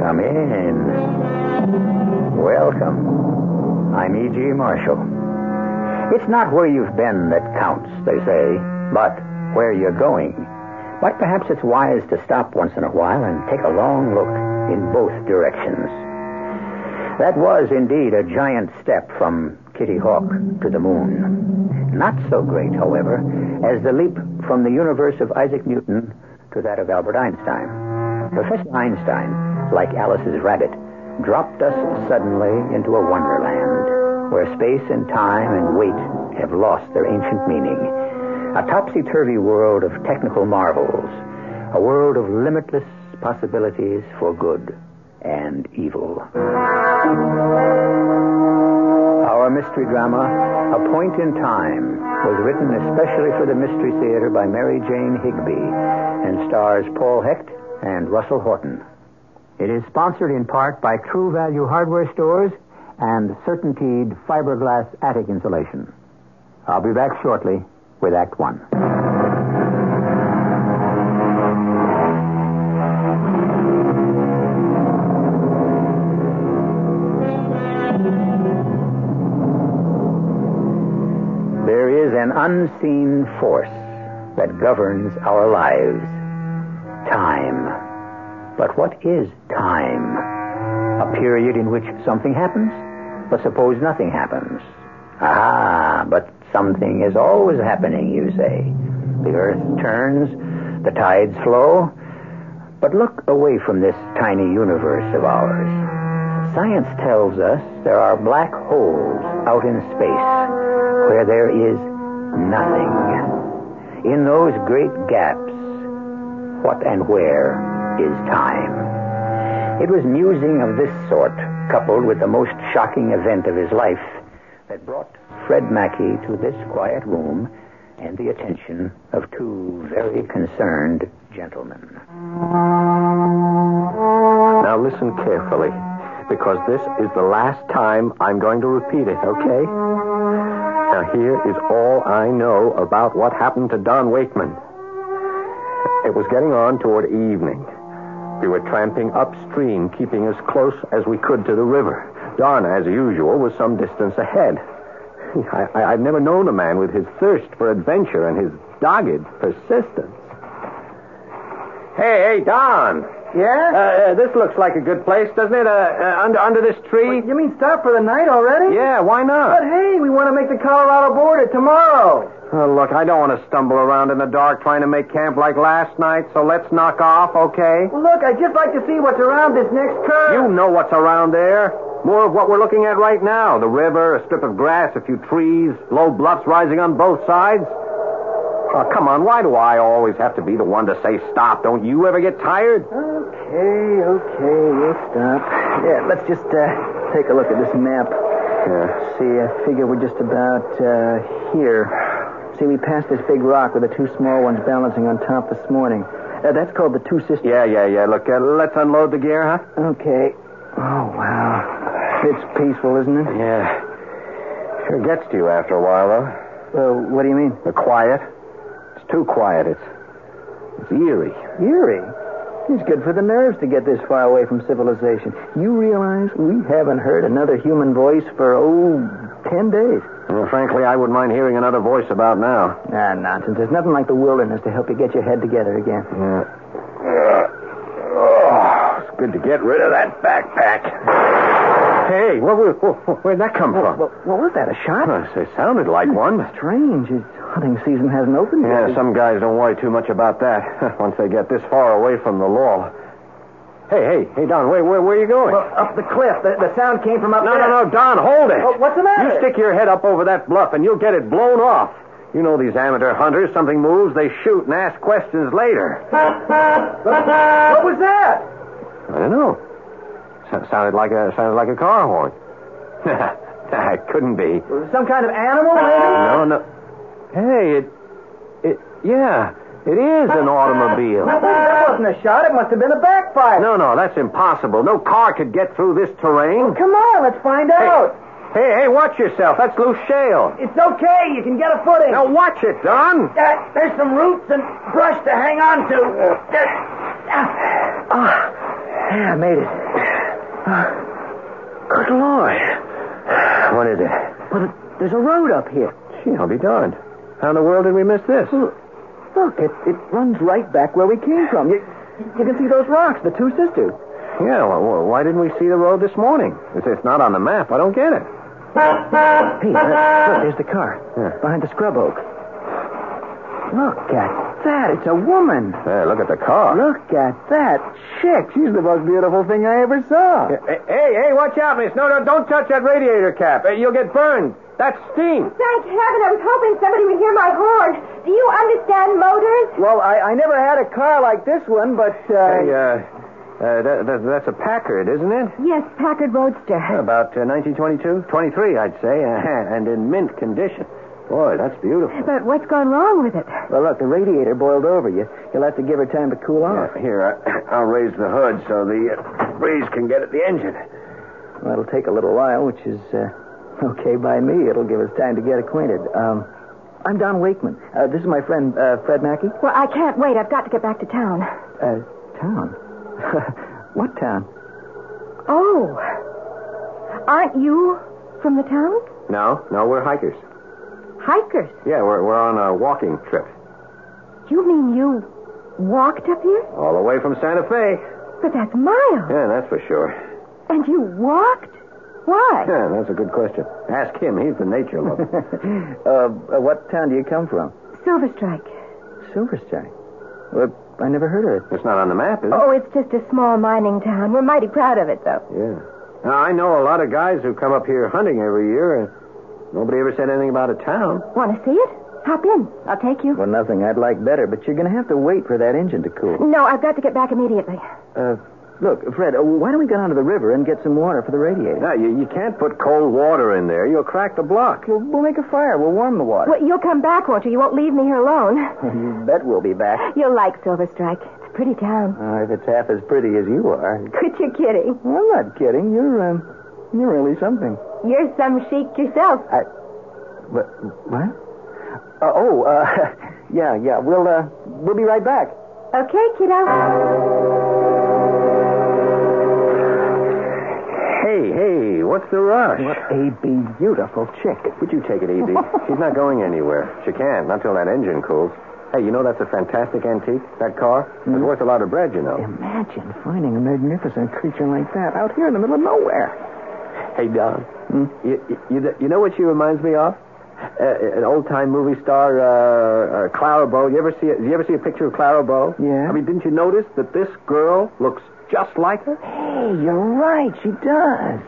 Come in. Welcome. I'm E.G. Marshall. It's not where you've been that counts, they say, but where you're going. But perhaps it's wise to stop once in a while and take a long look in both directions. That was indeed a giant step from Kitty Hawk to the moon. Not so great, however, as the leap from the universe of Isaac Newton to that of Albert Einstein. Professor Einstein, like Alice's rabbit, dropped us suddenly into a wonderland where space and time and weight have lost their ancient meaning. A topsy-turvy world of technical marvels, a world of limitless possibilities for good and evil. Our mystery drama, A Point in Time, was written especially for the Mystery Theater by Mary Jane Higby and stars Paul Hecht and Russell Horton. It is sponsored in part by True Value Hardware Stores and CertainTeed Fiberglass Attic Insulation. I'll be back shortly with Act One. There is an unseen force that governs our lives time. But what is time? A period in which something happens? But suppose nothing happens. Ah, but something is always happening, you say. The earth turns, the tides flow. But look away from this tiny universe of ours. Science tells us there are black holes out in space where there is nothing. In those great gaps, what and where is time? It was musing of this sort, coupled with the most shocking event of his life, that brought Fred Mackey to this quiet room and the attention of two very concerned gentlemen. Now listen carefully, because this is the last time I'm going to repeat it, okay? Now here is all I know about what happened to Don Wakeman. It was getting on toward evening. We were tramping upstream, keeping as close as we could to the river. Don, as usual, was some distance ahead. I, I, I've never known a man with his thirst for adventure and his dogged persistence. Hey, hey, Don. Yeah? Uh, uh, this looks like a good place, doesn't it? Uh, uh, under under this tree. you mean stop for the night already? Yeah, why not? But hey, we want to make the Colorado border tomorrow. Uh, look, I don't want to stumble around in the dark trying to make camp like last night, so let's knock off, okay? Well, look, I'd just like to see what's around this next curve. You know what's around there. More of what we're looking at right now. The river, a strip of grass, a few trees, low bluffs rising on both sides. Oh, come on, why do I always have to be the one to say stop? Don't you ever get tired? Okay, okay, we'll stop. Yeah, let's just uh, take a look at this map. Yeah. See, I figure we're just about uh, here. See, we passed this big rock with the two small ones balancing on top this morning. Uh, that's called the Two Sisters. Yeah, yeah, yeah. Look, uh, let's unload the gear, huh? Okay. Oh, wow. It's peaceful, isn't it? Yeah. Sure gets to you after a while, though. Uh, what do you mean? The quiet. It's too quiet. It's, it's eerie. Eerie. It's good for the nerves to get this far away from civilization. You realize we haven't heard another human voice for, oh, ten days. Well, frankly, I wouldn't mind hearing another voice about now. Ah, nonsense. There's nothing like the wilderness to help you get your head together again. Yeah. Oh, it's good to get rid of that backpack. Hey, where, where, where, where'd that come from? Well, what was that, a shot? Well, it sounded like one. Strange. It's hunting season hasn't opened yet. Yeah, some guys don't worry too much about that once they get this far away from the law. Hey, hey, hey, Don, wait, where, where are you going? up the cliff. The, the sound came from up Oh, no, no, no, Don, hold it. Well, what's the matter? You stick your head up over that bluff and you'll get it blown off. You know these amateur hunters. Something moves, they shoot and ask questions later. What was that? I don't know. So- sounded like a sounded like a car horn. It couldn't be. Some kind of animal, maybe? No, no. Hey, it, it, yeah, it is an automobile. That wasn't a shot. It must have been a backfire. No, no, that's impossible. No car could get through this terrain. Come on, let's find out. Hey, hey, watch yourself. That's loose shale. It's okay. You can get a footing. Now watch it, Don. Uh, there's some roots and brush to hang on to. Ah, yeah, I made it. Good Lord. What is it? But there's a road up here. Hmm. Gee, I'll be darned. How in the world did we miss this? Look, it, it runs right back where we came from. You, you can see those rocks, the two sisters. Yeah, well, well, why didn't we see the road this morning? It's, it's not on the map. I don't get it. Hey, that, look, there's the car Yeah. behind the scrub oak. Look at that. It's a woman. Hey, look at the car. Look at that chick. She's the most beautiful thing I ever saw. Hey, hey, hey, watch out, miss. No, no, don't touch that radiator cap. Uh, You'll get burned. That's steam. Thank heaven, I was hoping somebody would hear my horn. Do you understand motors? Well, I, I never had a car like this one, but. Uh, Hey, uh, uh that, that, that's a Packard, isn't it? Yes, Packard Roadster. About uh, 1922? 23, I'd say, uh, and in mint condition. Boy, that's beautiful. But what's gone wrong with it? Well, look, the radiator boiled over. You, you'll have to give her time to cool off. Uh, Here, I, I'll raise the hood so the uh, breeze can get at the engine. Well, it'll take a little while, which is uh, okay by me. It'll give us time to get acquainted. Um, I'm Don Wakeman. Uh, this is my friend uh, Fred Mackey. Well, I can't wait. I've got to get back to town. Uh, town? what town? Oh. Aren't you from the town? No, no, we're hikers. Hikers. Yeah, we're, we're on a walking trip. You mean you walked up here? All the way from Santa Fe. But that's miles. Yeah, that's for sure. And you walked? Why? Yeah, that's a good question. Ask him. He's the nature lover. Uh, uh, what town do you come from? Silver Strike. Silver Strike. Well, I never heard of it. it's not on the map, is it? Oh, it's just a small mining town. We're mighty proud of it, though. Yeah. Now, I know a lot of guys who come up here hunting every year, and nobody ever said anything about a town. Want to see it? Hop in. I'll take you. Well, nothing I'd like better, but you're going to have to wait for that engine to cool. No, I've got to get back immediately. Uh, look, Fred, uh, why don't we go down to the river and get some water for the radiator? No, you, you can't put cold water in there. You'll crack the block. We'll, we'll make a fire. We'll warm the water. Well, you'll come back, won't you? You won't leave me here alone. you bet we'll be back. You'll like Silver Strike. It's a pretty town. Uh, if it's half as pretty as you are. Quit your kidding. I'm not kidding. You're, um, you're really something. You're some chic yourself. What? What? Uh, oh, uh, yeah, yeah. We'll, uh, we'll be right back. Okay, kiddo. Hey, hey, what's the rush? What a beautiful chick. Would you take it easy? She's not going anywhere. She can't, not till that engine cools. Hey, you know that's a fantastic antique, that car? Hmm? It's worth a lot of bread, you know. Imagine finding a magnificent creature like that out here in the middle of nowhere. Hey, Don. You, you- you, you know what she reminds me of? Uh, an old time movie star, uh, uh, Clara Bow. You ever see? A, you ever see a picture of Clara Bow? Yeah. I mean, didn't you notice that this girl looks just like her? Hey, you're right. She does.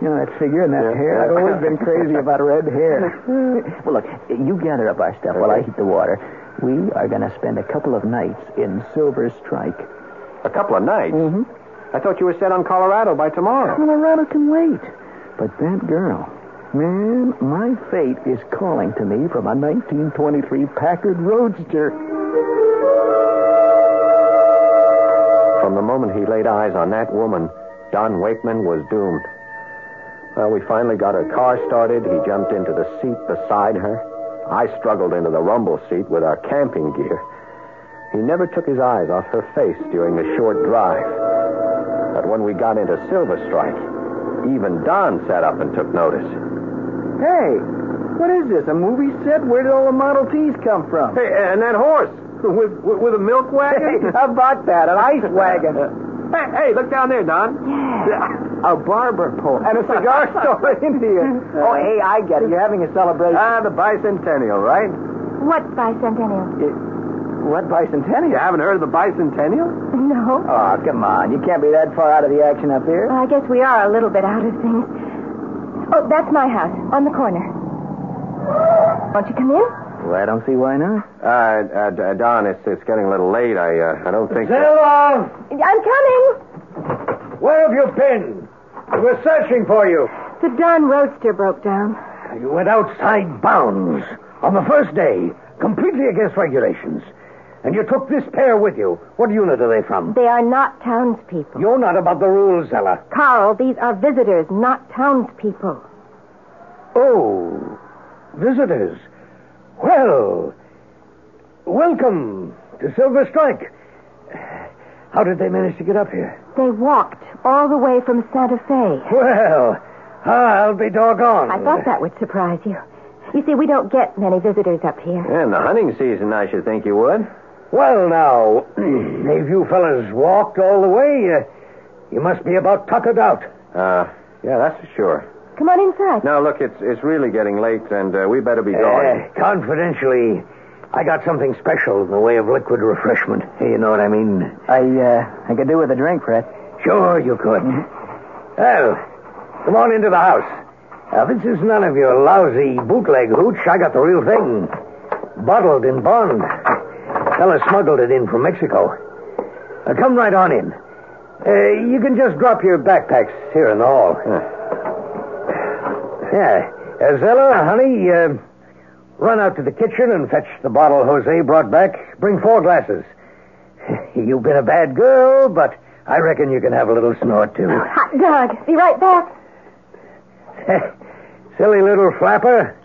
You know that figure and that Yeah. hair? I've always been crazy about red hair. well, look, you gather up our stuff while I heat the water. We are going to spend a couple of nights in Silver Strike. A couple of nights. Mm-hmm. I thought you were set on Colorado by tomorrow. Colorado can wait. But that girl, man, my fate is calling to me from a 1923 Packard Roadster. From the moment he laid eyes on that woman, Don Wakeman was doomed. Well, we finally got her car started. He jumped into the seat beside her. I struggled into the rumble seat with our camping gear. He never took his eyes off her face during the short drive. But when we got into Silver Strike, even Don sat up and took notice. Hey, what is this? A movie set? Where did all the Model Ts come from? Hey, uh, and that horse with, with, with a milk wagon? how about that? An ice hey, hey, look down there, Don. a barber pole, and a cigar store in here. Oh, hey, I get it. You're having a celebration. Ah, the bicentennial, right? What bicentennial? what bicentennial? You haven't heard of the bicentennial? No. Oh, come on. You can't be that far out of the action up here. Well, I guess we are a little bit out of things. Oh, that's my house on the corner. Won't you come in? Well, I don't see why not. Uh, uh, D- Don, it's, it's getting a little late. I uh, I don't think. I'm coming. Where have you been? We were searching for you. The Don Roadster broke down. You went outside bounds on the first day, completely against regulations. And you took this pair with you. What unit are they from? They are not townspeople. You're not above the rules, Ella. Carl, these are visitors, not townspeople. Oh, visitors. Well, welcome to Silver Strike. How did they manage to get up here? They walked all the way from Santa Fe. Well, Ah, I'll be doggone. I thought that would surprise you. You see, we don't get many visitors up here. In the hunting season, I should think you would. Well, now, if you fellas walked all the way, uh, you must be about tuckered out. Uh, yeah, that's for sure. Come on inside. Now, look, it's it's really getting late, and uh, we better be Uh, going. confidentially, I got something special in the way of liquid refreshment. You know what I mean? I uh, I could do with a drink, Fred. Sure, you could. Well, come on into the house. Now, this is none of your lousy bootleg hooch. I got the real thing, bottled in bond. Fella smuggled it in from Mexico. Uh, come right on in. Uh, you can just drop your backpacks here in the hall. Yeah. Uh, Zella, honey, uh, run out to the kitchen and fetch the bottle Jose brought back. Bring four glasses. You've been a bad girl, but I reckon you can have a little snort, too. Hot dog. Be right back. Silly little flapper.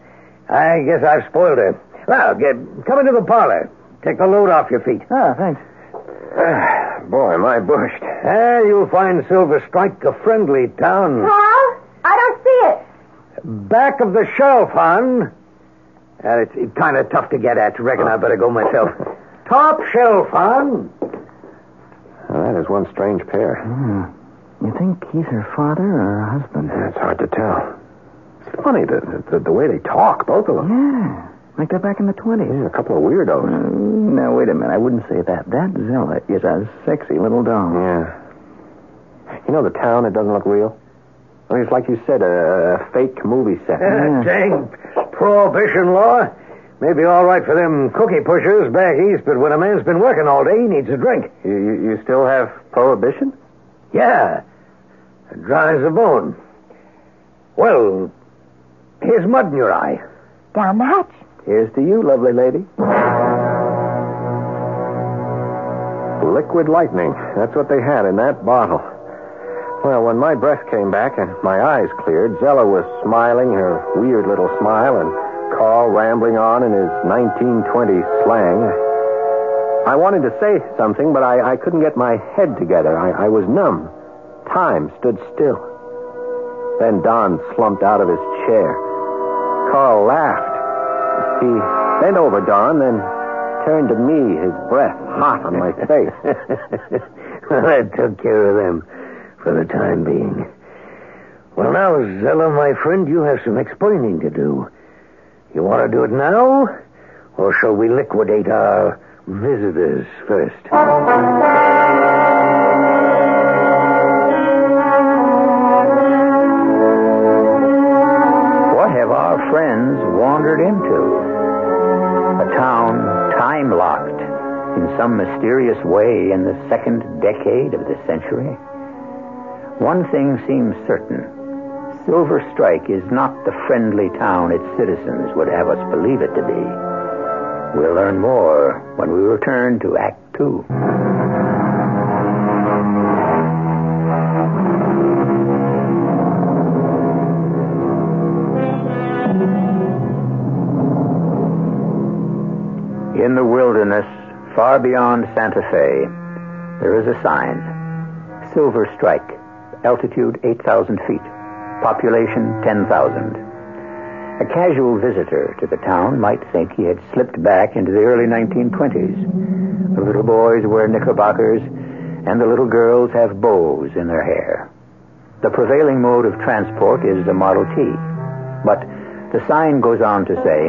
I guess I've spoiled her. Now, get, come into the parlor. Take the load off your feet. Ah, thanks. Boy, am I bushed. Ah, you'll find Silver Strike a friendly town. Carl, I don't see it. Back of the shelf, hon. Uh, it's kind of tough to get at. Reckon I better go myself. Top shelf, hon. Now, that is one strange pair. You think he's her father or her husband? Yeah, it's hard to tell. It's funny the, the the way they talk, both of them. Yeah, like they're back in the 20s. Yeah, a couple of weirdos. Now, wait a minute. I wouldn't say that. That Zella is a sexy little doll. Yeah. You know the town? It doesn't look real. I mean, it's like you said, a, a fake movie set. Dang Uh, prohibition law. Maybe all right for them cookie pushers back east, but when a man's been working all day, he needs a drink. You, you you still have prohibition? Yeah. It dries the bone. Well, here's mud in your eye. Down the hatch. Here's to you, lovely lady. Liquid lightning. That's what they had in that bottle. Well, when my breath came back and my eyes cleared, Zella was smiling her weird little smile and Carl rambling on in his 1920s slang. I wanted to say something, but I, I couldn't get my head together. I, I was numb. Time stood still. Then Don slumped out of his chair. Carl laughed. He bent over Don, then turned to me, his breath hot on my face. well, that took care of them for the time being. Well, now, Zella, my friend, you have some explaining to do. You want to do it now, or shall we liquidate our visitors first? What have our friends wandered into? A town time locked in some mysterious way in the second decade of this century. One thing seems certain Silver Strike is not the friendly town its citizens would have us believe it to be. We'll learn more when we return to Act Two. In the wilderness, far beyond Santa Fe, there is a sign Silver Strike, altitude 8,000 feet, population 10,000. A casual visitor to the town might think he had slipped back into the early 1920s. The little boys wear knickerbockers, and the little girls have bows in their hair. The prevailing mode of transport is the Model T, but the sign goes on to say,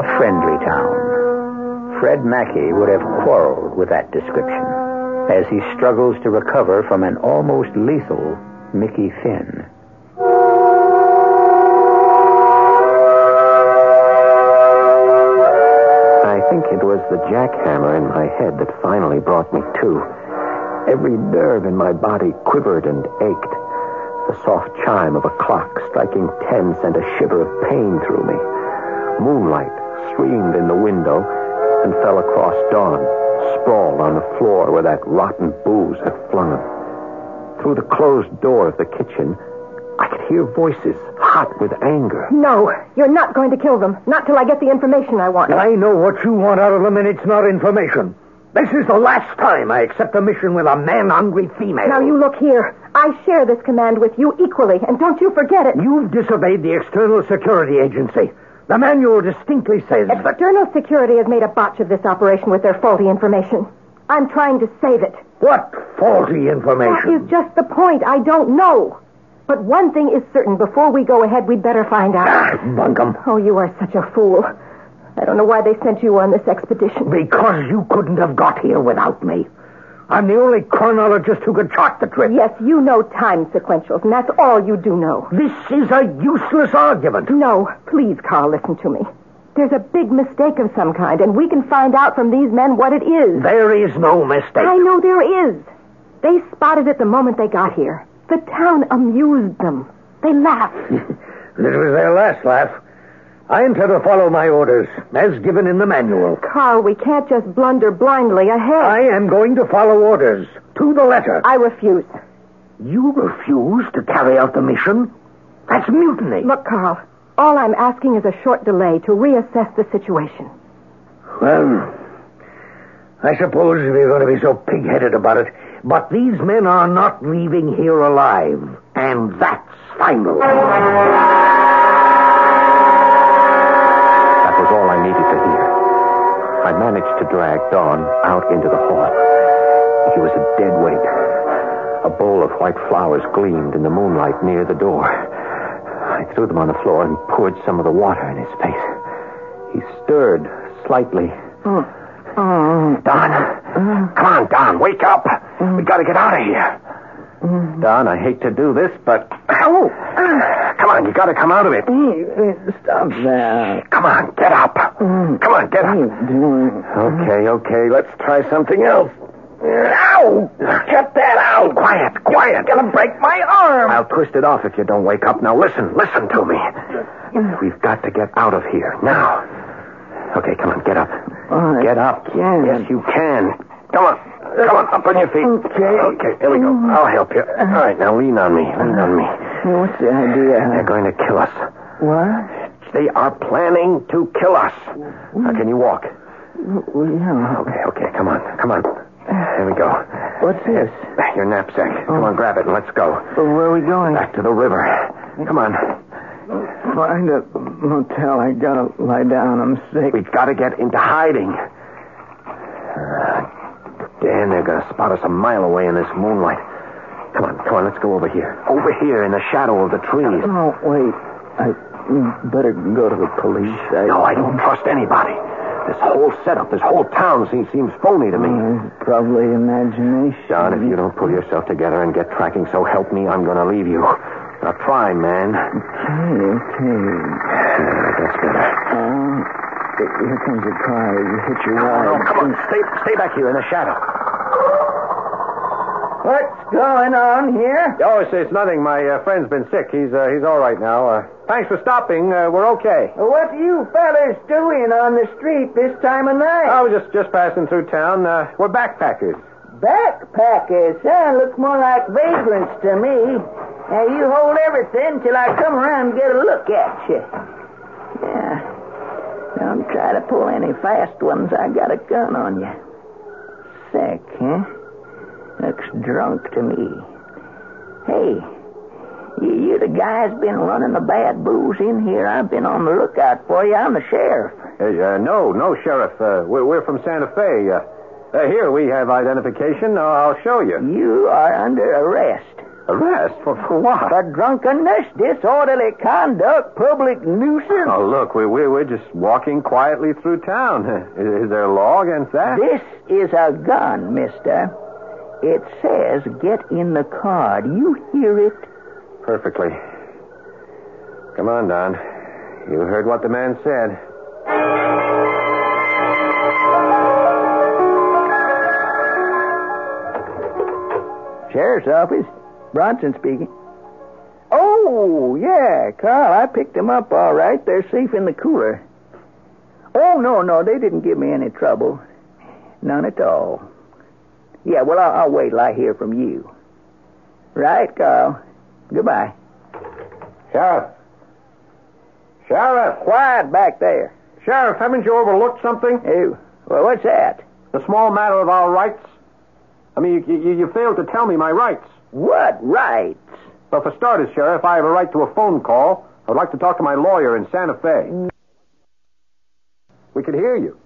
a friendly town. Fred Mackey would have quarreled with that description as he struggles to recover from an almost lethal Mickey Finn. I think it was the jackhammer in my head that finally brought me to. Every nerve in my body quivered and ached. The soft chime of a clock striking ten sent a shiver of pain through me. Moonlight streamed in the window and fell across Dawn, sprawled on the floor where that rotten booze had flung him. Through the closed door of the kitchen, I could hear voices hot with anger. No, you're not going to kill them. Not till I get the information I want. I know what you want out of them, and it's not information. This is the last time I accept a mission with a man-hungry female. Now you look here. I share this command with you equally, and don't you forget it. You've disobeyed the External Security Agency. The manual distinctly says that... External security has made a botch of this operation with their faulty information. I'm trying to save it. What faulty That information? is just the point. I don't know. But one thing is certain. Before we go ahead, we'd better find Ah. out. Ah, Bunkum. Oh, you are such a fool. I don't know why they sent you on this expedition. Because you couldn't have got here without me. I'm the only chronologist who could chart the trip. Yes, you know time sequentials, and that's all you do know. This is a useless argument. No, please, Carl, listen to me. There's a big mistake of some kind, and we can find out from these men what it is. There is no mistake. I know there is. They spotted it the moment they got here. The town amused them. They laughed. This was their last laugh. I intend to follow my orders, as given in the manual. Carl, we can't just blunder blindly ahead. I am going to follow orders, to the letter. I refuse. You refuse to carry out the mission? That's mutiny. Look, Carl, all I'm asking is a short delay to reassess the situation. Well, I suppose we're going to be so pig-headed about it, but these men are not leaving here alive, and that's final. That was all I needed to hear. I managed to drag Dawn out into the hall. She was a dead weight. A bowl of white flowers gleamed in the moonlight near the door. I threw them on the floor and poured some of the water in his face. He stirred slightly. Oh. Hmm, Don, come on, Don, wake up. We got to get out of here. Mm. Don, I hate to do this, but Oh, come on, you got to come out of it. Stop that. Come on, get up. Come on, get up. okay, okay, let's try something else. Ow! Get that out! Quiet, quiet! Gonna break my arm! I'll twist it off if you don't wake up. Now listen, listen to me. We've got to get out of here now. Okay, come on, get up. I get up. can't. Yes, you can. Come on, come on, up on your feet. Okay. Okay, here we go. I'll help you. All right, now lean on me. Lean on me. What's the idea? They're going to kill us. What? They are planning to kill us. Now, can you walk? Well, yeah. Okay, okay, come on, come on. Here we go. What's this? Oh. Your knapsack. Come on, grab it and let's go. Well, where are we going? Back to the river. Come on. Find a motel. I gotta lie down. I'm sick. We've got to get into hiding. Uh, Dan, they're going to spot us a mile away in this moonlight. Come on, come on, let's go over here. Over here in the shadow of the trees. Oh, wait. I better go to the police. I, Uh, No, I don't trust anybody. This whole setup, this whole town seems, seems phony to me. It's Mm, probably imagination. Mm. John, if you don't pull yourself together and get tracking, so help me, I'm going to leave you. Now try, man. Okay, okay. Yeah, that's better. Uh, here comes a car. You hit your No, wall. come on, stay, stay back here in the shadow. What's going on here? Oh, it's, it's nothing. My uh, friend's been sick. He's uh, he's all right now. Uh, thanks for stopping. Uh, we're okay. What are you fellas doing on the street this time of I night? was just just passing through town. Uh, we're backpackers. Backpackers, huh? Looks more like vagrants to me. Now, you hold everything till I come around and get a look at you. Yeah. Don't try to pull any fast ones. I got a gun on you. Sick, huh? Looks drunk to me. Hey, you, you the guy's been running the bad booze in here. I've been on the lookout for you. I'm the sheriff. Hey, uh, no, no, Sheriff. Uh, we're, we're from Santa Fe. Uh, uh, here we have identification. Uh, I'll show you. You are under arrest. Arrest for, for what? For drunkenness, disorderly conduct, public nuisance. Oh, look, we, we we're just walking quietly through town. Is, is there a law against that? This is a gun, mister. It says get in the car. Do you hear it? Perfectly. Come on, Don. You heard what the man said. Sheriff's office. Bronson speaking. Oh, yeah, Carl, I picked them up all right. They're safe in the cooler. Oh, no, no, they didn't give me any trouble. None at all. Yeah, well, I'll, I'll wait till I hear from you. Right, Carl. Goodbye. Sheriff. Sheriff. Quiet back there. Sheriff, haven't you overlooked something? Hey, well, what's that? The small matter of our rights? I mean, you, you, you failed to tell me my rights. What rights? Well, for starters, Sheriff, I have a right to a phone call. I would like to talk to my lawyer in Santa Fe. We could hear you.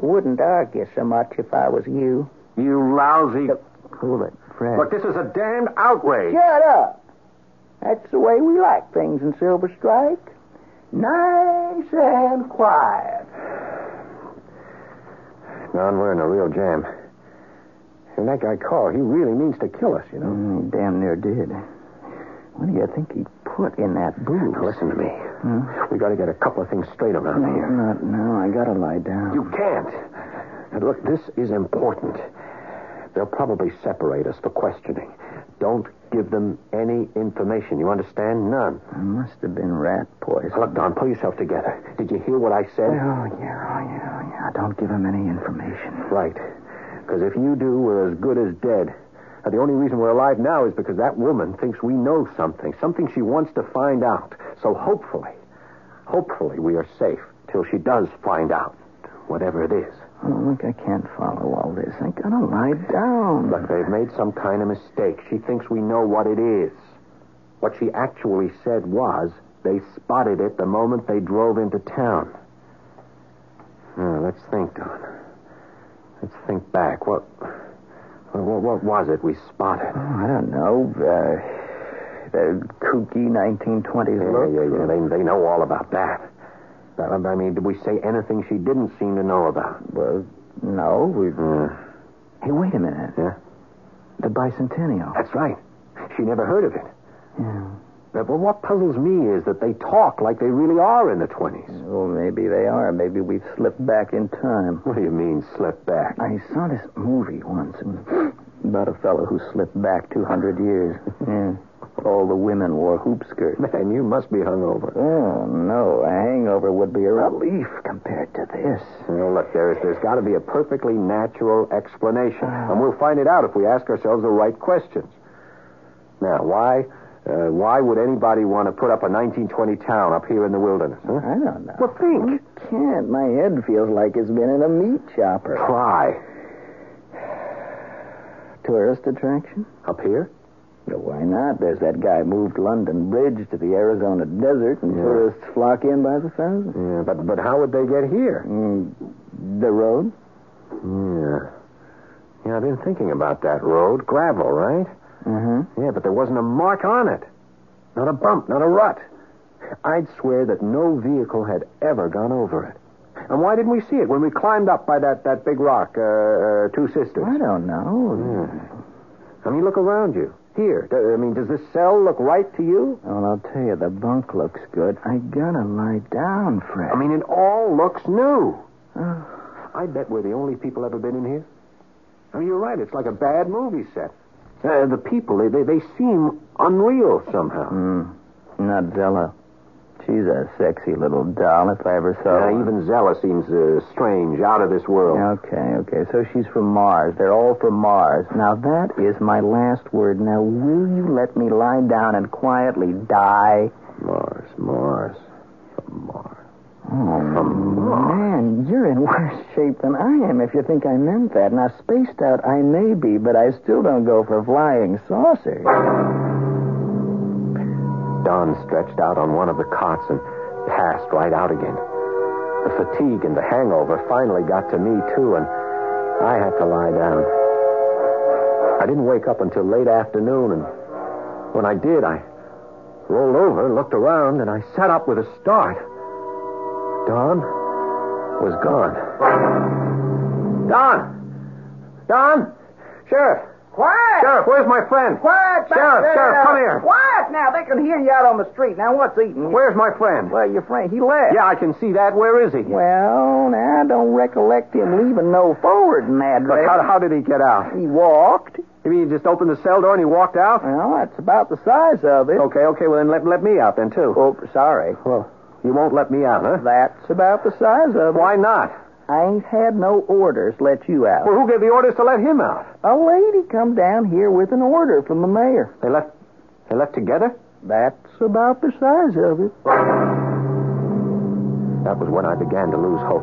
Wouldn't argue so much if I was you. You lousy. Cool it, Fred. Look, this is a damned outrage. Shut up. That's the way we like things in Silver Strike. Nice and quiet. Don, we're in a real jam. And that guy Carl, he really means to kill us, you know. Mm, he damn near did. What do you think he put in that booze? Now, listen to me. Hmm? We got to get a couple of things straight around No, here. not now. I gotta lie down. You can't. And look, this is important. They'll probably separate us for questioning. Don't give them any information. You understand? None. I must have been rat poison. Look, Don, pull yourself together. Did you hear what I said? Oh, yeah, oh, yeah, oh, yeah. Don't give him any information. Right. Because if you do, we're as good as dead. Now, the only reason we're alive now is because that woman thinks we know something, something she wants to find out. So hopefully, hopefully, we are safe till she does find out, whatever it is. Oh, look, I can't follow all this. I gotta lie down. Look, they've made some kind of mistake. She thinks we know what it is. What she actually said was they spotted it the moment they drove into town. Now, let's think, Don. Let's think back. What, what, what was it we spotted? Oh, I don't know. Uh, the kooky 1920s Yeah, look. yeah, yeah. They, they know all about that. But, I mean, did we say anything she didn't seem to know about? Mm, Well, no, we. Yeah. Hey, wait a minute. Yeah? The bicentennial. That's right. She never heard of it. Yeah. But but what puzzles me is that they talk like they really are in the 20s. Well, maybe they are. Maybe we've slipped back in time. What do you mean, slip back? I saw this movie once. It was about a fellow who slipped back 200 years. Yeah. All the women wore hoop skirts. Man, you must be hungover. Oh, no. A hangover would be a relief compared to this. Well, look, there's, there's got to be a perfectly natural explanation. And we'll find it out if we ask ourselves the right questions. Now, why, uh, why would anybody want to put up a 1920 town up here in the wilderness? Huh? I don't know. Well, think. I can't. My head feels like it's been in a meat chopper. Try. Tourist attraction? Up here? Well, why not? There's that guy moved London Bridge to the Arizona desert, and Yeah. tourists flock in by the thousand. Yeah, but, but how would they get here? Mm, the road? Mm-hmm. Yeah. Yeah, I've been thinking about that road. Gravel, right? Uh-huh. Yeah, but there wasn't a mark on it. Not a bump, not a rut. I'd swear that no vehicle had ever gone over it. And why didn't we see it when we climbed up by that, that big rock, uh, uh, Two Sisters? I don't know. I mean, look around you. Here. D- I mean, does this cell look right to you? Well, I'll tell you, the bunk looks good. I gotta lie down, Fred. I mean, it all looks new. Oh. I bet we're the only people ever been in here. I mean, you're right. It's like a bad movie set. Uh, the people, they, they, they seem unreal somehow. Mm, not Zella. She's a sexy little doll, if I ever saw Uh, one. even Zella seems uh, strange, out of this world. Okay, okay. So she's from Mars. They're all from Mars. Now that is my last word. Now will you let me lie down and quietly die? Mars, Mars, Mars. Oh, man, you're in worse shape than I am if you think I meant that. Now, spaced out I may be, but I still don't go for flying saucers. Don stretched out on one of the cots and passed right out again. The fatigue and the hangover finally got to me, too, and I had to lie down. I didn't wake up until late afternoon, and when I did, I rolled over and looked around, and I sat up with a start. Don was gone. Don! Don! Sheriff! Quiet! Sheriff, where's my friend? Quiet! back Sheriff, there. Sheriff, come here. Quiet now. They can hear you out on the street. Now, what's eating you? Where's my friend? Well, your friend, he left. Yeah, I can see that. Where is he? Well, now, I don't recollect him leaving no forward in that Look, how, how did he get out? He walked. You mean he just opened the cell door and he walked out? Well, that's about the size of it. Okay, okay, well then let, let me out then too. Oh, sorry. Well, you won't let me out, huh? That's about the size of it. Why not? I ain't had no orders let you out. Well, who gave the orders to let him out? A lady come down here with an order from the mayor. They left they left together? That's about the size of it. That was when I began to lose hope.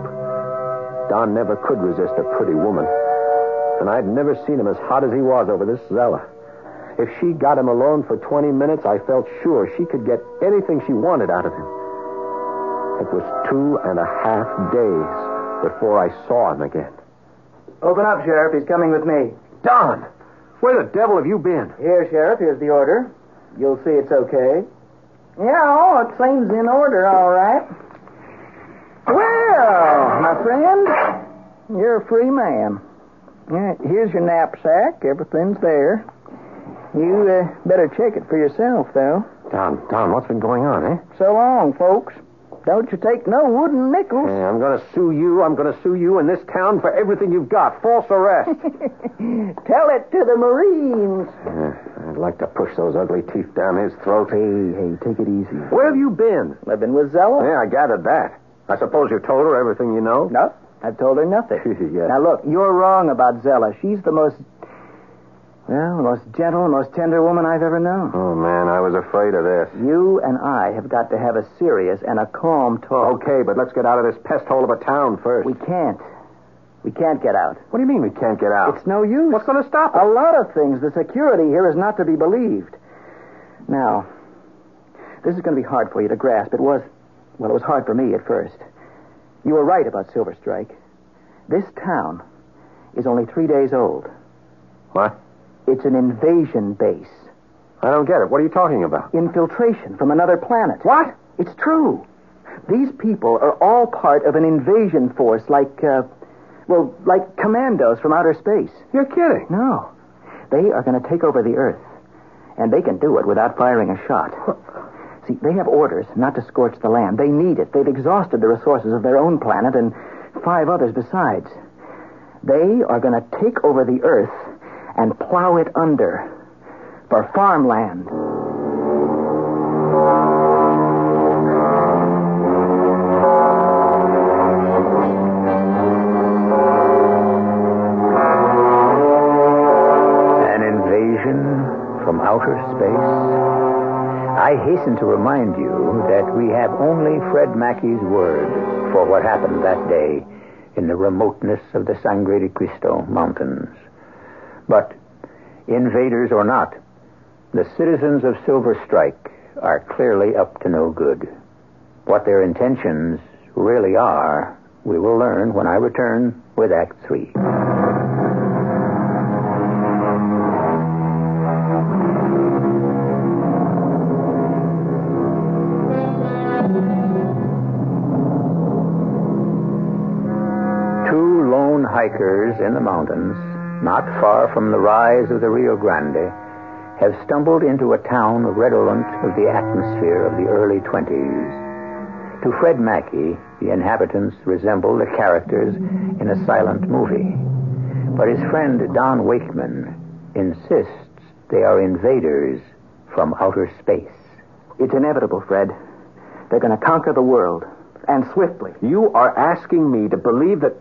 Don never could resist a pretty woman. And I'd never seen him as hot as he was over this Zella. If she got him alone for 20 minutes, I felt sure she could get anything she wanted out of him. It was two and a half days before I saw him again. Open up, Sheriff. He's coming with me. Don! Where the devil have you been? Here, Sheriff. Here's the order. You'll see it's okay. Yeah, oh, it seems in order, all right. Well, my friend, you're a free man. Yeah, here's your knapsack. Everything's there. You uh, better check it for yourself, though. Don, Don, what's been going on, eh? So long, folks. Don't you take no wooden nickels. Hey, Eh, I'm going to sue you. I'm going to sue you in this town for everything you've got. False arrest. Tell it to the Marines. Yeah, I'd like to push those ugly teeth down his throat. Hey, hey, take it easy. Where have you been? I've been with Zella. Yeah, I gathered that. I suppose you told her everything you know. No, I've told her nothing. Yes. Now, look, you're wrong about Zella. She's the most, well, the most gentle, most tender woman I've ever known. Oh, man, I was afraid of this. You and I have got to have a serious and a calm talk. Okay, but let's get out of this pest hole of a town first. We can't. We can't get out. What do you mean we can't get out? It's no use. What's going to stop us? A lot of things. The security here is not to be believed. Now, this is going to be hard for you to grasp. It was, well, it was hard for me at first. You were right about Silver Strike. This town is only three days old. What? It's an invasion base, I don't get it. What are you talking about? infiltration from another planet. What? It's true. These people are all part of an invasion force like, uh, well, like commandos from outer space. You're kidding. No. They are going to take over the Earth. And they can do it without firing a shot. See, they have orders not to scorch the land. They need it. They've exhausted the resources of their own planet and five others besides. They are going to take over the Earth and plow it under for farmland. An invasion from outer space? I hasten to remind you that we have only Fred Mackey's word for what happened that day in the remoteness of the Sangre de Cristo mountains. But, invaders or not, the citizens of Silver Strike are clearly up to no good. What their intentions really are, we will learn when I return with Act Three. Two lone hikers in the mountains, not far from the rise of the Rio Grande, have stumbled into a town redolent of the atmosphere of the early 20s. To Fred Mackey, the inhabitants resemble the characters in a silent movie. But his friend Don Wakeman insists they are invaders from outer space. It's inevitable, Fred. They're going to conquer the world, and swiftly. You are asking me to believe that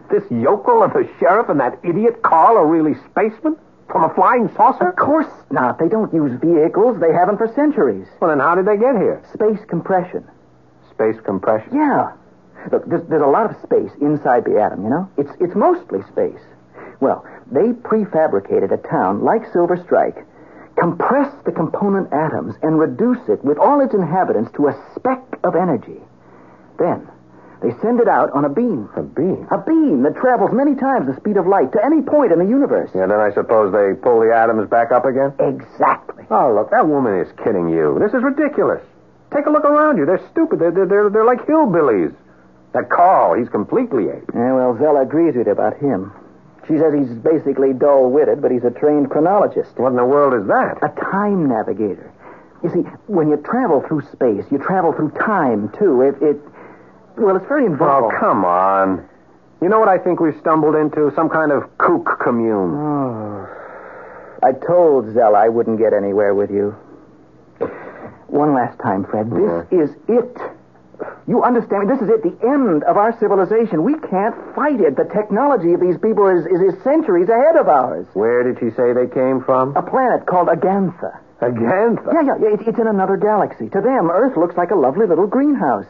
this yokel of the sheriff and that idiot Carl are really spacemen? From a flying saucer? Of course not. They don't use vehicles. They haven't for centuries. Well, then how did they get here? Space compression. Space compression. Yeah. Look, there's, there's a lot of space inside the atom, you know? It's, it's mostly space. Well, they prefabricated a town like Silver Strike, compressed the component atoms, and reduce it with all its inhabitants to a speck of energy. Then, they send it out on a beam. A beam. A beam that travels many times the speed of light to any point in the universe. Yeah, then I suppose they pull the atoms back up again? Exactly. Oh, look, that woman is kidding you. This is ridiculous. Take a look around you. They're stupid. They're, they're, they're, they're like hillbillies. That Carl, he's completely ape. Yeah, well, Zell agrees with you about him. She says he's basically dull witted, but he's a trained chronologist, What in the world is that? a time navigator. You see, when you travel through space, you travel through time, too. It. it well, it's very Oh, involved. come on. You know what I think we've stumbled into? Some kind of kook commune. Mm. I told Zell I wouldn't get anywhere with you. One last time, Fred. This is it. You understand me? This is it. The end of our civilization. We can't fight it. The technology of these people is, is, is centuries ahead of ours. Where did she say they came from? A planet called Agantha. Again? Yeah, yeah, yeah. It, it's in another galaxy. To them, Earth looks like a lovely little greenhouse.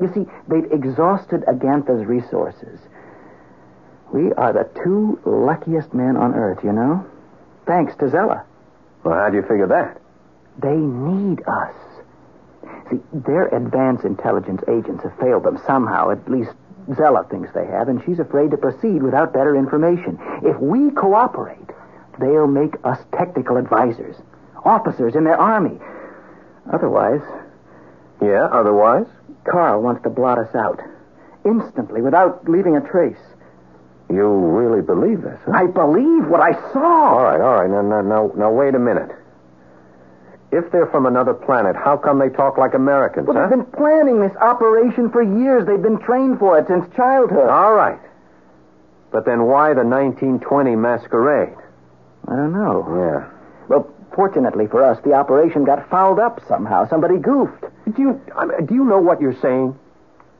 You see, they've exhausted Agantha's resources. We are the two luckiest men on Earth, you know? Thanks to Zella. Well, how'd you figure that? They need us. See, their advance intelligence agents have failed them somehow. At least Zella thinks they have, and she's afraid to proceed without better information. If we cooperate, they'll make us technical advisors, officers in their army. Otherwise, Yeah, otherwise? Carl wants to blot us out instantly without leaving a trace. You really believe this, huh? I believe what I saw. All right, all right. Now, now, now, now, wait a minute. If they're from another planet, how come they talk like Americans, Well, huh? they've been planning this operation for years. They've been trained for it since childhood. All right. But then why the 1920 masquerade? I don't know. Yeah. Well, fortunately for us, the operation got fouled up somehow. Somebody goofed. Do you, I mean, do you know what you're saying?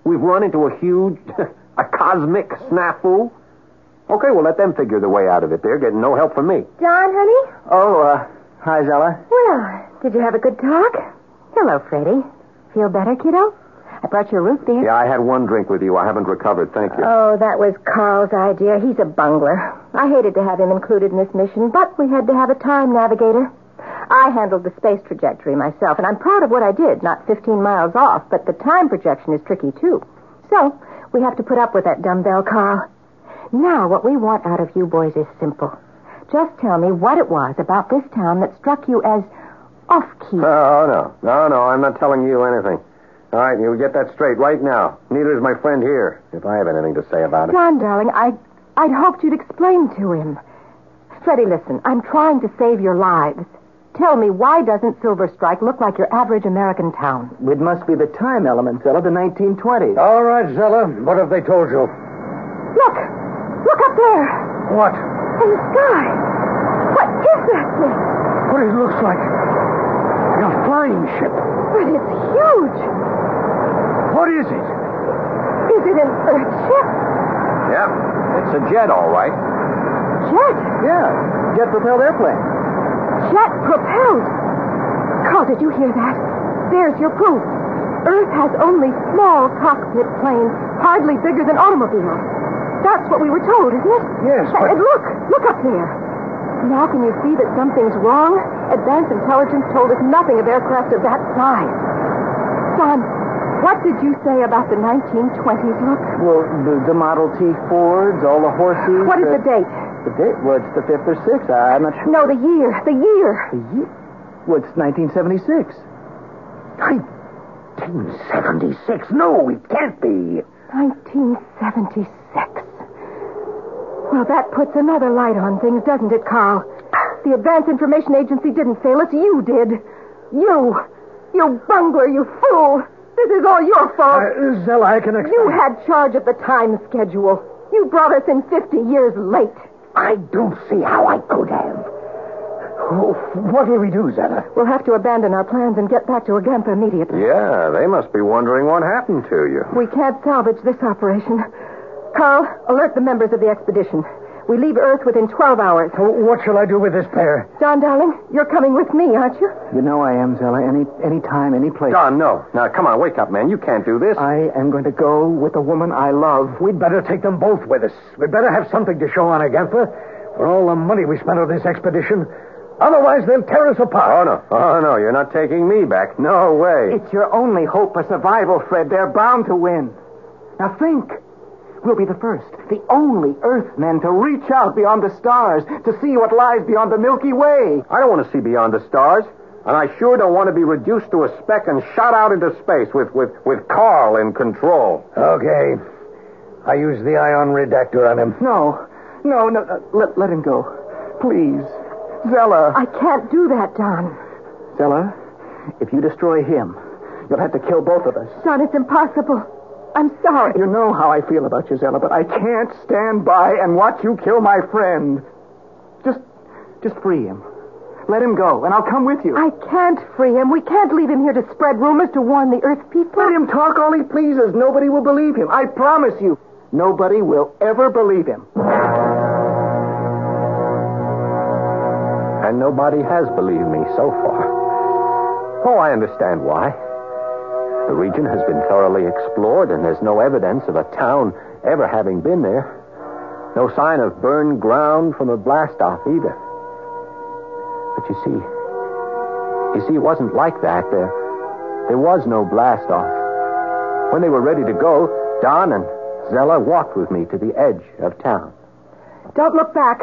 We've run into a huge, a cosmic snafu. Okay, well, let them figure the way out of it. They're getting no help from me. John, honey? Oh, uh, hi, Zella. Well, did you have a good talk? Hello, Freddie. Feel better, kiddo? I brought you a root beer. Yeah, I had one drink with you. I haven't recovered. Thank you. Oh, that was Carl's idea. He's a bungler. I hated to have him included in this mission, but we had to have a time navigator. I handled the space trajectory myself, and I'm proud of what I did, not 15 miles off, but the time projection is tricky, too. So, we have to put up with that dumbbell, Carl. Now, what we want out of you boys is simple. Just tell me what it was about this town that struck you as off-key. Oh, no. No, no, I'm not telling you anything. All right, you get that straight right now. Neither is my friend here, if I have anything to say about it. John, darling, I, I'd hoped you'd explain to him. Freddie, listen, I'm trying to save your lives. Tell me, why doesn't Silver Strike look like your average American town? It must be the time element, Zella, the 1920s. All right, Zella. What have they told you? Look! Look up there! What? In the sky! What is that thing? What it looks like? A flying ship. But it's huge! What is it? Is it an Earth ship? Yep. It's a jet, all right. Jet? Yeah, jet propelled airplane. Jet propelled! Carl, did you hear that? There's your proof. Earth has only small cockpit planes, hardly bigger than automobiles. That's what we were told, isn't it? Yes, but- And look, look up there. Now can you see that something's wrong? Advanced intelligence told us nothing of aircraft of that size. Son, what did you say about the 1920s look? Well, the, the Model T Fords, all the horses. What is the date? The date? Well, it's the fifth or sixth. I, I'm not sure. No, the year. The year. The year? Well, it's 1976. 1976? No, it can't be. 1976. Well, that puts another light on things, doesn't it, Carl? The Advance Information Agency didn't fail us. You did. You. You bungler, you fool. This is all your fault. Uh, Zella, I can You explain. had charge of the time schedule. You brought us in 50 years late. I don't see how I could have. Oh, what will we do, Zella? We'll have to abandon our plans and get back to Agantha immediately. Yeah, they must be wondering what happened to you. We can't salvage this operation. Carl, alert the members of the expedition. We leave Earth within 12 hours. What shall I do with this pair? John, darling, you're coming with me, aren't you? You know I am, Zella. Any, any time, any place. Don, Oh, no. Now, come on, wake up, man. You can't do this. I am going to go with the woman I love. We'd better take them both with us. We'd better have something to show on Agantha for all the money we spent on this expedition. Otherwise, they'll tear us Oh, apart. no. Oh, no, you're not taking me back. No way. It's your only hope for survival, Fred. They're bound to win. Now think. We'll be the first, the only Earthmen to reach out beyond the stars to see what lies beyond the Milky Way. I don't want to see beyond the stars. And I sure don't want to be reduced to a speck and shot out into space with, with, with Carl in control. Okay. I used the ion redactor on him. No, No, no, no. Let, let him go. Please. Zella. I can't do that, Don. Zella, if you destroy him, you'll have to kill both of us. Don, it's impossible. I'm sorry. You know how I feel about you, Zella, but I can't stand by and watch you kill my friend. Just, just free him. Let him go, and I'll come with you. I can't free him. We can't leave him here to spread rumors to warn the Earth people. Let him talk all he pleases. Nobody will believe him. I promise you. Nobody will ever believe him. And nobody has believed me so far. Oh, I understand why. The region has been thoroughly explored, and there's no evidence of a town ever having been there. No sign of burned ground from a blast off either. But you see, you see, it wasn't like that. There, there was no blast off. When they were ready to go, Don and Zella walked with me to the edge of town. Don't look back.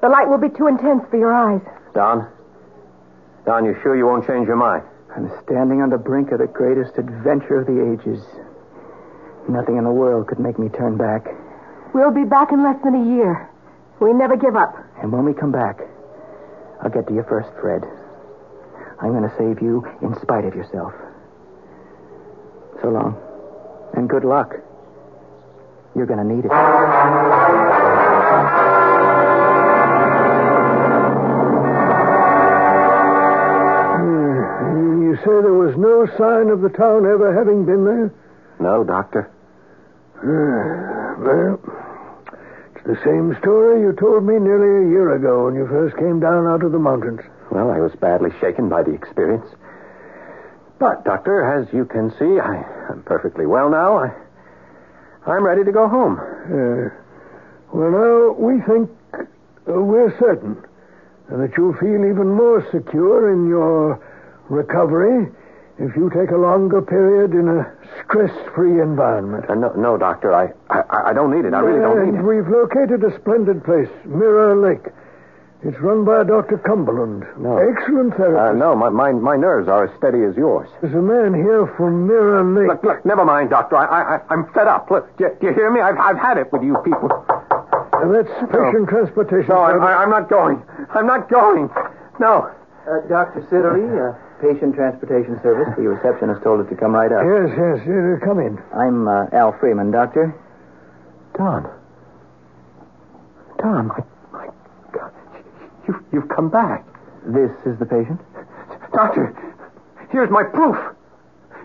The light will be too intense for your eyes. Don, Don, you sure you won't change your mind? I'm standing on the brink of the greatest adventure of the ages. Nothing in the world could make me turn back. We'll be back in less than a year. We never give up. And when we come back, I'll get to you first, Fred. I'm going to save you in spite of yourself. So long. And good luck. You're going to need it. You say there was no sign of the town ever having been there? No, Doctor. Well, it's the same story you told me nearly a year ago when you first came down out of the mountains. Well, I was badly shaken by the experience. But, Doctor, as you can see, I, I'm perfectly well now. I, I'm ready to go home. Uh, well, now we think uh, we're certain that you'll feel even more secure in your recovery if you take a longer period in a stress-free environment. Uh, no, no, Doctor, I, I, I don't need it. I really don't and need it. we've located a splendid place, Mirror Lake. It's run by Dr. Cumberland. No. Excellent Uh, therapist. no, my, my, my nerves are as steady as yours. There's a man here from Mirror Lake. Look, look, never mind, Doctor. I, I, I- I'm fed up. Look, do you, do you hear me? I've, I've had it with you people. Uh, that's patient transportation. No, I'm, service. I, I'm not going. I'm not going. No. Uh, Dr. Siddery, uh, Patient Transportation Service. The receptionist told us to come right up. Yes, yes. uh, come in. I'm uh, Al Freeman, Doctor. Don. Don, my, my God. You, you've come back. This is the patient. Doctor, here's my proof.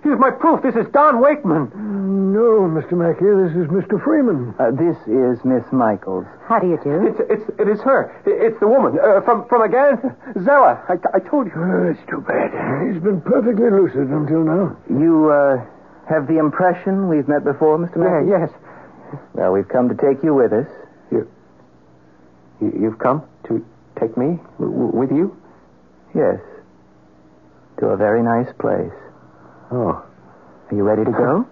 Here's my proof. This is Don Wakeman. No, Mr. Mackey, this is Mr. Freeman. Uh, this is Miss Michaels. How do you do? It's, it's, it is her. It- It's the woman uh, from, from again. Zella, I, I told you. Oh, it's too bad. He's been perfectly lucid until now. You uh, have the impression we've met before, Mr. Yeah, Mackey? yes. Well, we've come to take you with us. You, you've come to take me w- w- with you? Yes. To a very nice place. Oh. Are you ready to go?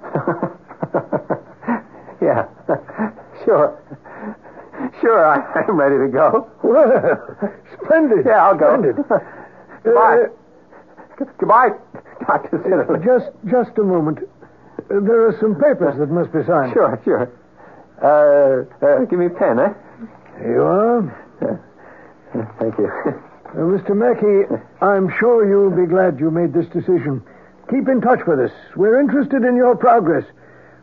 yeah. Sure. Sure, I, I'm ready to go. Well, splendid. Yeah, I'll go. Splendid. Goodbye. Uh, Goodbye, Dr. Sinnerly. Just, just a moment. Uh, there are some papers that must be signed. Sure, sure. Uh, uh, give me a pen, eh? Here you are. Thank you. Uh, Mr. Mackey, I'm sure you'll be glad you made this decision. Keep in touch with us. We're interested in your progress.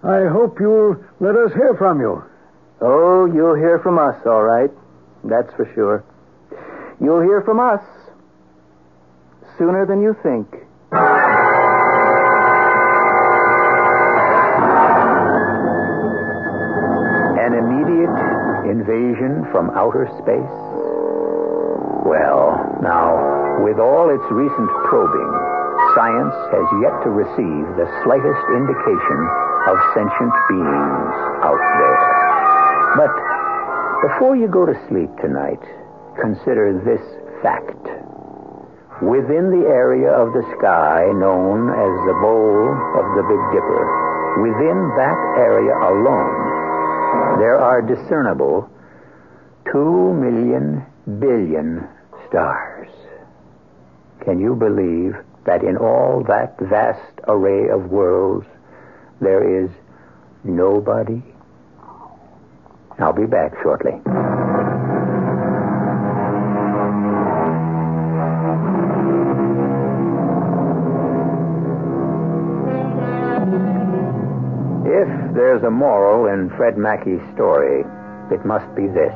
I hope you'll let us hear from you. Oh, you'll hear from us, all right. That's for sure. You'll hear from us sooner than you think. An immediate invasion from outer space? Well, now, with all its recent probing, science has yet to receive the slightest indication of sentient beings out there. But before you go to sleep tonight, consider this fact. Within the area of the sky known as the bowl of the Big Dipper, within that area alone, there are discernible two million billion stars. Can you believe that in all that vast array of worlds, there is nobody? I'll be back shortly. If there's a moral in Fred Mackey's story, it must be this.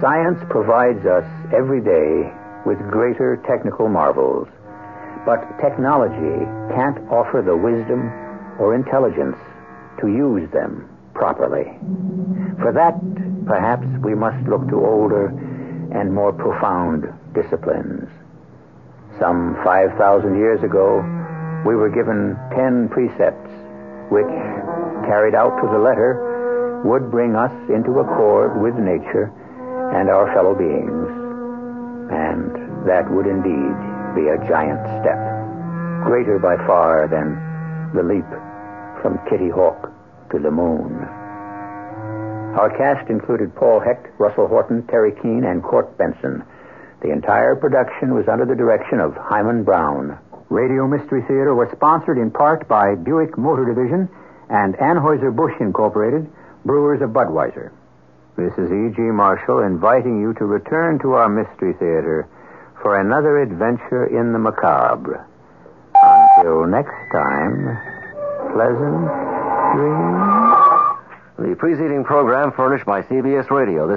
Science provides us every day with greater technical marvels, but technology can't offer the wisdom or intelligence to use them properly. For that, perhaps we must look to older and more profound disciplines. Some 5,000 years ago, we were given 10 precepts, which, carried out to the letter, would bring us into accord with nature and our fellow beings. And that would indeed be a giant step, greater by far than the leap from Kitty Hawk to the moon. Our cast included Paul Hecht, Russell Horton, Terry Keane, and Court Benson. The entire production was under the direction of Hyman Brown. Radio Mystery Theater was sponsored in part by Buick Motor Division and Anheuser-Busch Incorporated, Brewers of Budweiser. This is E E.G. Marshall inviting you to return to our Mystery Theater for another adventure in the macabre. Until next time, pleasant dreams. The preceding program furnished by CBS Radio. This